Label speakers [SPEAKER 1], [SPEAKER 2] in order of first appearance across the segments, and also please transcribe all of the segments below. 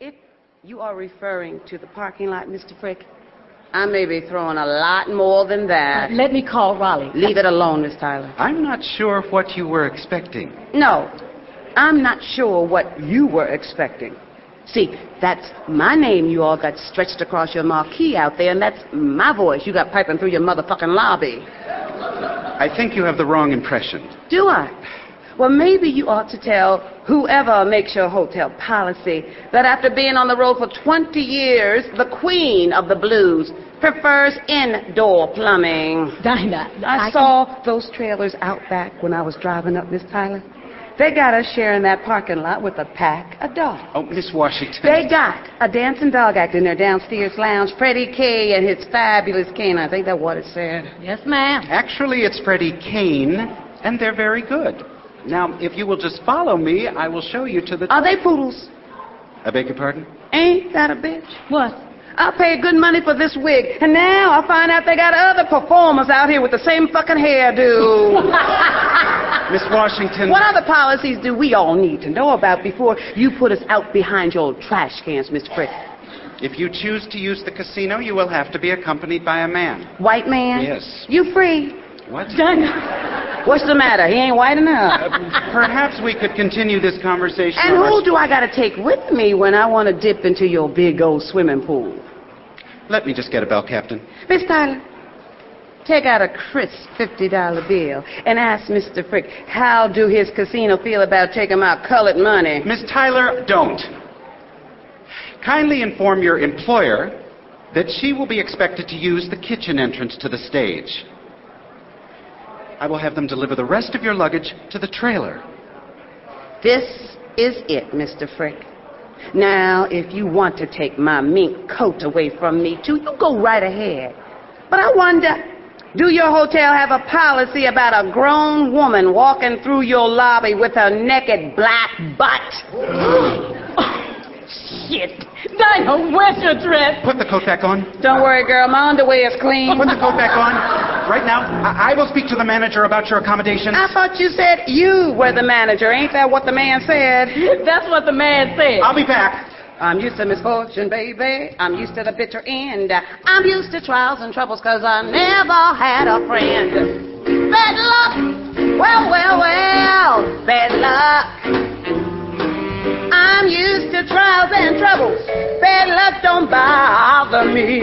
[SPEAKER 1] If you are referring to the parking lot, Mr. Frick, I may be throwing a lot more than that.
[SPEAKER 2] Uh, Let me call Raleigh.
[SPEAKER 1] Leave it alone, Miss Tyler.
[SPEAKER 3] I'm not sure of what you were expecting.
[SPEAKER 1] No, I'm not sure what you were expecting. See, that's my name you all got stretched across your marquee out there, and that's my voice you got piping through your motherfucking lobby.
[SPEAKER 3] I think you have the wrong impression.
[SPEAKER 1] Do I? Well, maybe you ought to tell whoever makes your hotel policy that after being on the road for 20 years, the queen of the blues prefers indoor plumbing.
[SPEAKER 2] Dinah.
[SPEAKER 1] I,
[SPEAKER 2] can-
[SPEAKER 1] saw those trailers out back when I was driving up, Miss Tyler. They got us sharing that parking lot with a pack of dogs.
[SPEAKER 3] Oh, Miss Washington.
[SPEAKER 1] They got a dancing dog act in their downstairs lounge, Freddie K and his fabulous canine. I think that's what it said.
[SPEAKER 2] Yes, ma'am.
[SPEAKER 3] Actually, it's Freddie Kane, and they're very good. Now, if you will just follow me, I will show you to the.
[SPEAKER 1] Are they poodles?
[SPEAKER 3] I beg your pardon?
[SPEAKER 1] Ain't that a bitch?
[SPEAKER 2] What?
[SPEAKER 1] I paid good money for this wig, and now I find out they got other performers out here with the same fucking hairdo.
[SPEAKER 3] Miss Washington.
[SPEAKER 1] what other policies do we all need to know about before you put us out behind your trash cans, Miss Frick?
[SPEAKER 3] If you choose to use the casino, you will have to be accompanied by a man.
[SPEAKER 1] White man?
[SPEAKER 3] Yes.
[SPEAKER 1] You free?
[SPEAKER 3] What?
[SPEAKER 2] Dinah.
[SPEAKER 1] What's the matter? He ain't white enough.
[SPEAKER 3] Perhaps we could continue this conversation.
[SPEAKER 1] And
[SPEAKER 3] on our-
[SPEAKER 1] who do I gotta take with me when I wanna dip into your big old swimming pool?
[SPEAKER 3] Let me just get a bell, Captain.
[SPEAKER 1] Miss Tyler, take out a crisp $50 bill and ask Mr. Frick how do his casino feel about taking my colored money?
[SPEAKER 3] Miss Tyler, don't. Kindly inform your employer that she will be expected to use the kitchen entrance to the stage. I will have them deliver the rest of your luggage to the trailer.
[SPEAKER 1] This is it, Mr. Frick. Now, if you want to take my mink coat away from me, too, you go right ahead. But I wonder, do your hotel have a policy about a grown woman walking through your lobby with her naked black butt?
[SPEAKER 2] Shit. Dinah, where's your dress?
[SPEAKER 3] Put the coat back on.
[SPEAKER 1] Don't worry, girl, my underwear is clean.
[SPEAKER 3] Put the coat back on. Right now, I, I will speak to the manager about your accommodations.
[SPEAKER 1] I thought you said you were the manager. Ain't that what the man said?
[SPEAKER 2] That's what the man said.
[SPEAKER 3] I'll be back.
[SPEAKER 1] I'm used to misfortune, baby. I'm used to the bitter end. I'm used to trials and troubles 'cause I never had a friend. Bad luck! Well, well, well, bad luck. I'm used to trials and troubles. Bad luck don't bother me.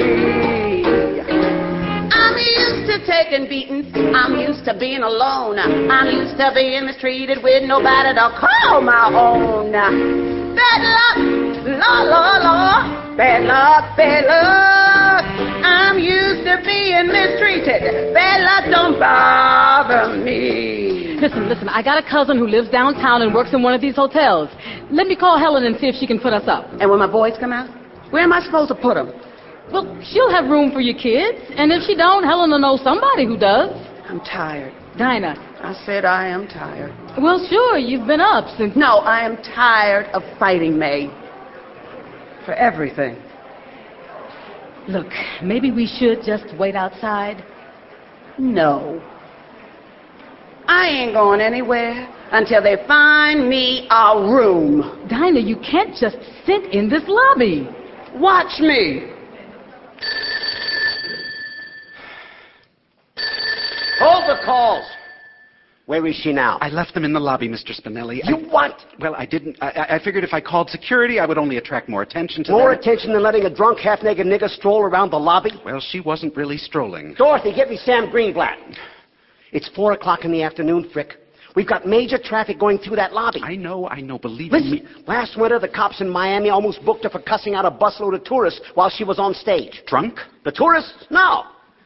[SPEAKER 1] I'm used to taking beatings. I'm used to being alone. I'm used to being mistreated with nobody to call my own. Bad luck, la la la. Bad luck, bad luck. I'm used to being mistreated. Bad luck don't bother me.
[SPEAKER 2] Listen, listen, I got a cousin who lives downtown and works in one of these hotels. Let me call Helen and see if she can put us up.
[SPEAKER 1] And when my boys come out, where am I supposed to put 'em?
[SPEAKER 2] Well, she'll have room for your kids. And if she don't, Helen will know somebody who does.
[SPEAKER 1] I'm tired.
[SPEAKER 2] Dinah.
[SPEAKER 1] I said I am tired.
[SPEAKER 2] Well, sure, you've been up since...
[SPEAKER 1] No, I am tired of fighting May for everything.
[SPEAKER 2] Look, maybe we should just wait outside.
[SPEAKER 1] No. I ain't going anywhere until they find me a room.
[SPEAKER 2] Dinah, you can't just sit in this lobby.
[SPEAKER 1] Watch me.
[SPEAKER 4] Hold the calls. Where is she now?
[SPEAKER 3] I left them in the lobby, Mr. Spinelli. I-
[SPEAKER 4] you what?
[SPEAKER 3] well, I didn't. I- I, I figured if I called security, I would only attract more attention to
[SPEAKER 4] More
[SPEAKER 3] them.
[SPEAKER 4] attention than letting a drunk, half-naked nigger stroll around the lobby?
[SPEAKER 3] well, she wasn't really strolling.
[SPEAKER 4] Dorothy, get me Sam Greenblatt. It's four o'clock in the afternoon, Frick. We've got major traffic going through that lobby.
[SPEAKER 3] I know, I know. Believe me.
[SPEAKER 4] Listen, last winter the cops in Miami almost booked her for cussing out a busload of tourists while she was on stage.
[SPEAKER 3] Drunk?
[SPEAKER 4] The tourists? No.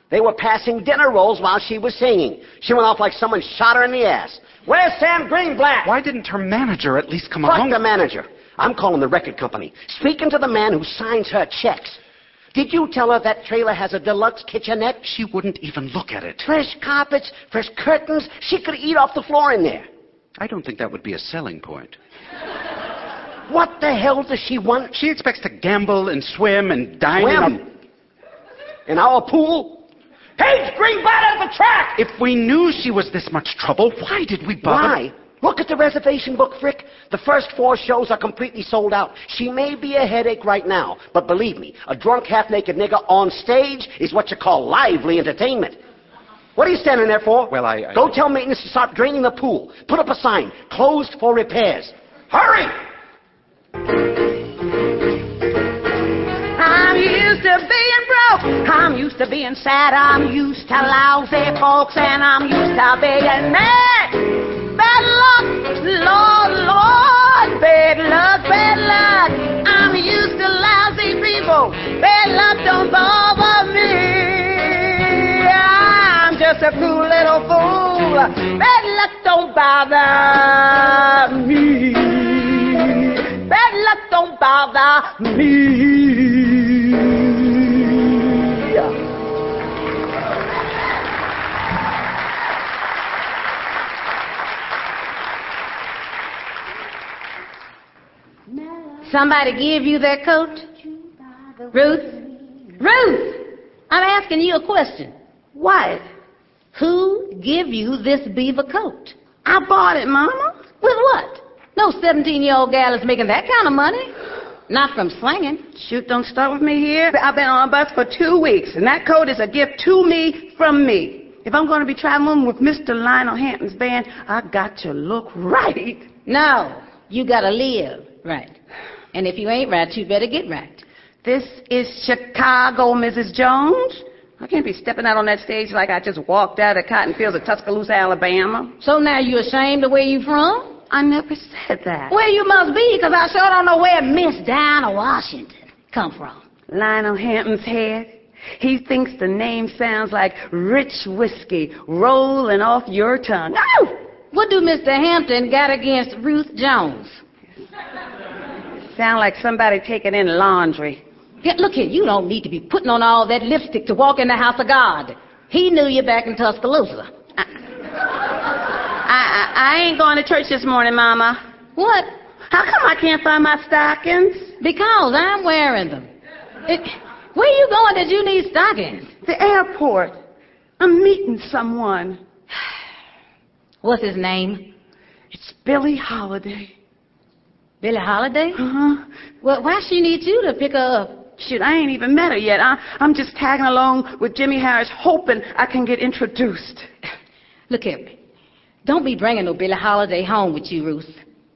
[SPEAKER 4] They were passing dinner rolls while she was singing. She went off like someone shot her in the ass. Where's Sam Greenblatt?
[SPEAKER 3] Why didn't her manager at least come
[SPEAKER 4] Fuck
[SPEAKER 3] along?
[SPEAKER 4] the manager. I'm calling the record company. Speaking to the man who signs her checks. Did you tell her that trailer has a deluxe kitchenette?
[SPEAKER 3] She wouldn't even look at it.
[SPEAKER 4] Fresh carpets, fresh curtains. She could eat off the floor in there.
[SPEAKER 3] I don't think that would be a selling point.
[SPEAKER 4] What the hell does she want?
[SPEAKER 3] She expects to gamble and swim and dine in a...
[SPEAKER 4] Swim? In our pool? Paige, bring Bud out of the track!
[SPEAKER 3] If we knew she was this much trouble, why did we bother?
[SPEAKER 4] Why? Look at the reservation book, Frick. The first four shows are completely sold out. She may be a headache right now, but believe me, a drunk, half-naked nigger on stage is what you call lively entertainment. What are you standing there for?
[SPEAKER 3] Well, I- I-
[SPEAKER 4] Go tell maintenance to stop draining the pool. Put up a sign, closed for repairs. Hurry!
[SPEAKER 1] I'm used to being broke. I'm used to being sad. I'm used to lousy folks, and I'm used to being mad. Bad luck, Lord, Lord, bad luck, bad luck. I'm used to lousy people. Bad luck don't bother me. I'm just a poor little fool. Bad luck don't bother me. Bad luck don't bother me.
[SPEAKER 5] Somebody give you that coat? Ruth? Ruth! I'm asking you a question. What? Who give you this beaver coat?
[SPEAKER 1] I bought it, Mama.
[SPEAKER 5] With what? No 17-year-old gal is making that kind of money. Not from slinging.
[SPEAKER 1] Shoot, don't start with me here. I've been on a bus for two weeks, and that coat is a gift to me from me. If I'm going to be traveling with Mr. Lionel Hampton's band, I got to look right.
[SPEAKER 5] No, you gotta live right. And if you ain't right, you better get right.
[SPEAKER 1] This is Chicago, Mrs. Jones. I can't be stepping out on that stage like I just walked out of cotton fields of Tuscaloosa, Alabama.
[SPEAKER 5] So now you ashamed of where you from?
[SPEAKER 1] I never said that.
[SPEAKER 5] Well, you must be, 'cause I sure don't know where Miss Diana Washington come from.
[SPEAKER 1] Lionel Hampton's head. He thinks the name sounds like rich whiskey rolling off your tongue. Oh!
[SPEAKER 5] What do Mr. Hampton got against Ruth Jones?
[SPEAKER 1] Sound like somebody taking in laundry.
[SPEAKER 5] Get, look here, you don't need to be putting on all that lipstick to walk in the house of God. He knew you back in Tuscaloosa.
[SPEAKER 1] I, I, I ain't going to church this morning, Mama.
[SPEAKER 5] What?
[SPEAKER 1] How come I can't find my stockings?
[SPEAKER 5] Because I'm wearing them. It, where you going that you need stockings?
[SPEAKER 1] The airport. I'm meeting someone.
[SPEAKER 5] What's his name?
[SPEAKER 1] It's Billie Holiday.
[SPEAKER 5] Billie Holiday?
[SPEAKER 1] Uh-huh.
[SPEAKER 5] Well, why she need you to pick her up?
[SPEAKER 1] Shoot, I ain't even met her yet. I, I'm just tagging along with Jimmy Harris, hoping I can get introduced.
[SPEAKER 5] Look at me. Don't be bringing no Billie Holiday home with you, Ruth.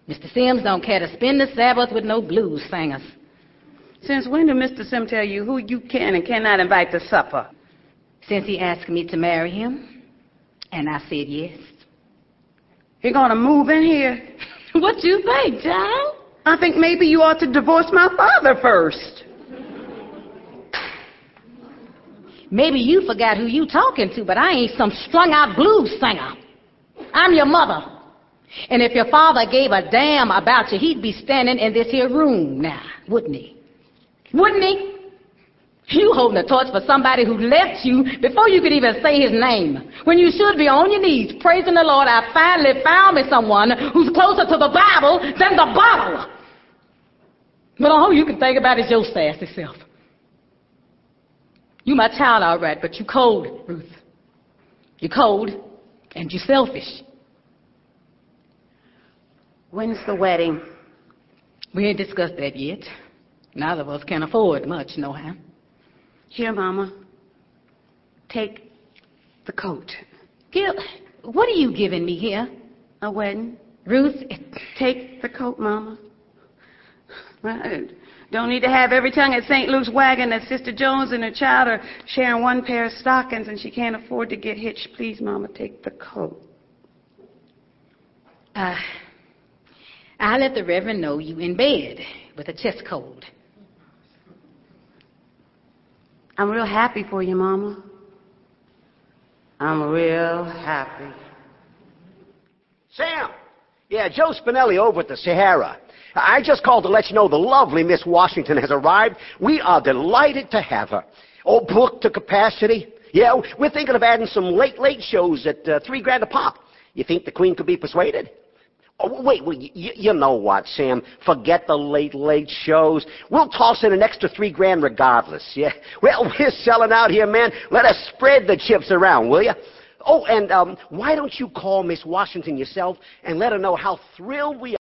[SPEAKER 5] Mr. Sims don't care to spend the Sabbath with no blues singers.
[SPEAKER 1] Since when did Mr. Sim tell you who you can and cannot invite to supper?
[SPEAKER 5] Since he asked me to marry him, and I said yes.
[SPEAKER 1] You're going to move in here?
[SPEAKER 5] what you think, child?
[SPEAKER 1] I think maybe you ought to divorce my father first.
[SPEAKER 5] Maybe you forgot who you talking to, but I ain't some strung-out blues singer. I'm your mother. And if your father gave a damn about you, he'd be standing in this here room now, wouldn't he? Wouldn't he? You holding a torch for somebody who left you before you could even say his name. When you should be on your knees praising the Lord, I finally found me someone who's closer to the Bible than the bottle. But all you can think about is your sassy self. You my child, all right, but you cold, Ruth. You cold, and you selfish.
[SPEAKER 1] When's the wedding?
[SPEAKER 5] We ain't discussed that yet. Neither of us can afford much, no how.
[SPEAKER 1] Here, Mama. Take the coat.
[SPEAKER 5] Gil, what are you giving me here?
[SPEAKER 1] A wedding.
[SPEAKER 5] Ruth,
[SPEAKER 1] Take the coat, Mama. I don't need to have every tongue at St. Luke's wagging that Sister Jones and her child are sharing one pair of stockings and she can't afford to get hitched. Please, Mama, take the coat.
[SPEAKER 5] uh, I let the Reverend know you in bed with a chest cold.
[SPEAKER 1] I'm real happy for you, Mama. I'm real happy.
[SPEAKER 4] Sam! Yeah, Joe Spinelli over at the Sahara. I just called to let you know the lovely Miss Washington has arrived. We are delighted to have her. Oh, booked to capacity. Yeah, we're thinking of adding some late, late shows at uh, three grand a pop. You think the Queen could be persuaded? Oh, wait, well, y- y- you know what, Sam? Forget the late, late shows. We'll toss in an extra three grand regardless, yeah? Well, we're selling out here, man. Let us spread the chips around, will you? Oh, and um, why don't you call Miss Washington yourself and let her know how thrilled we are?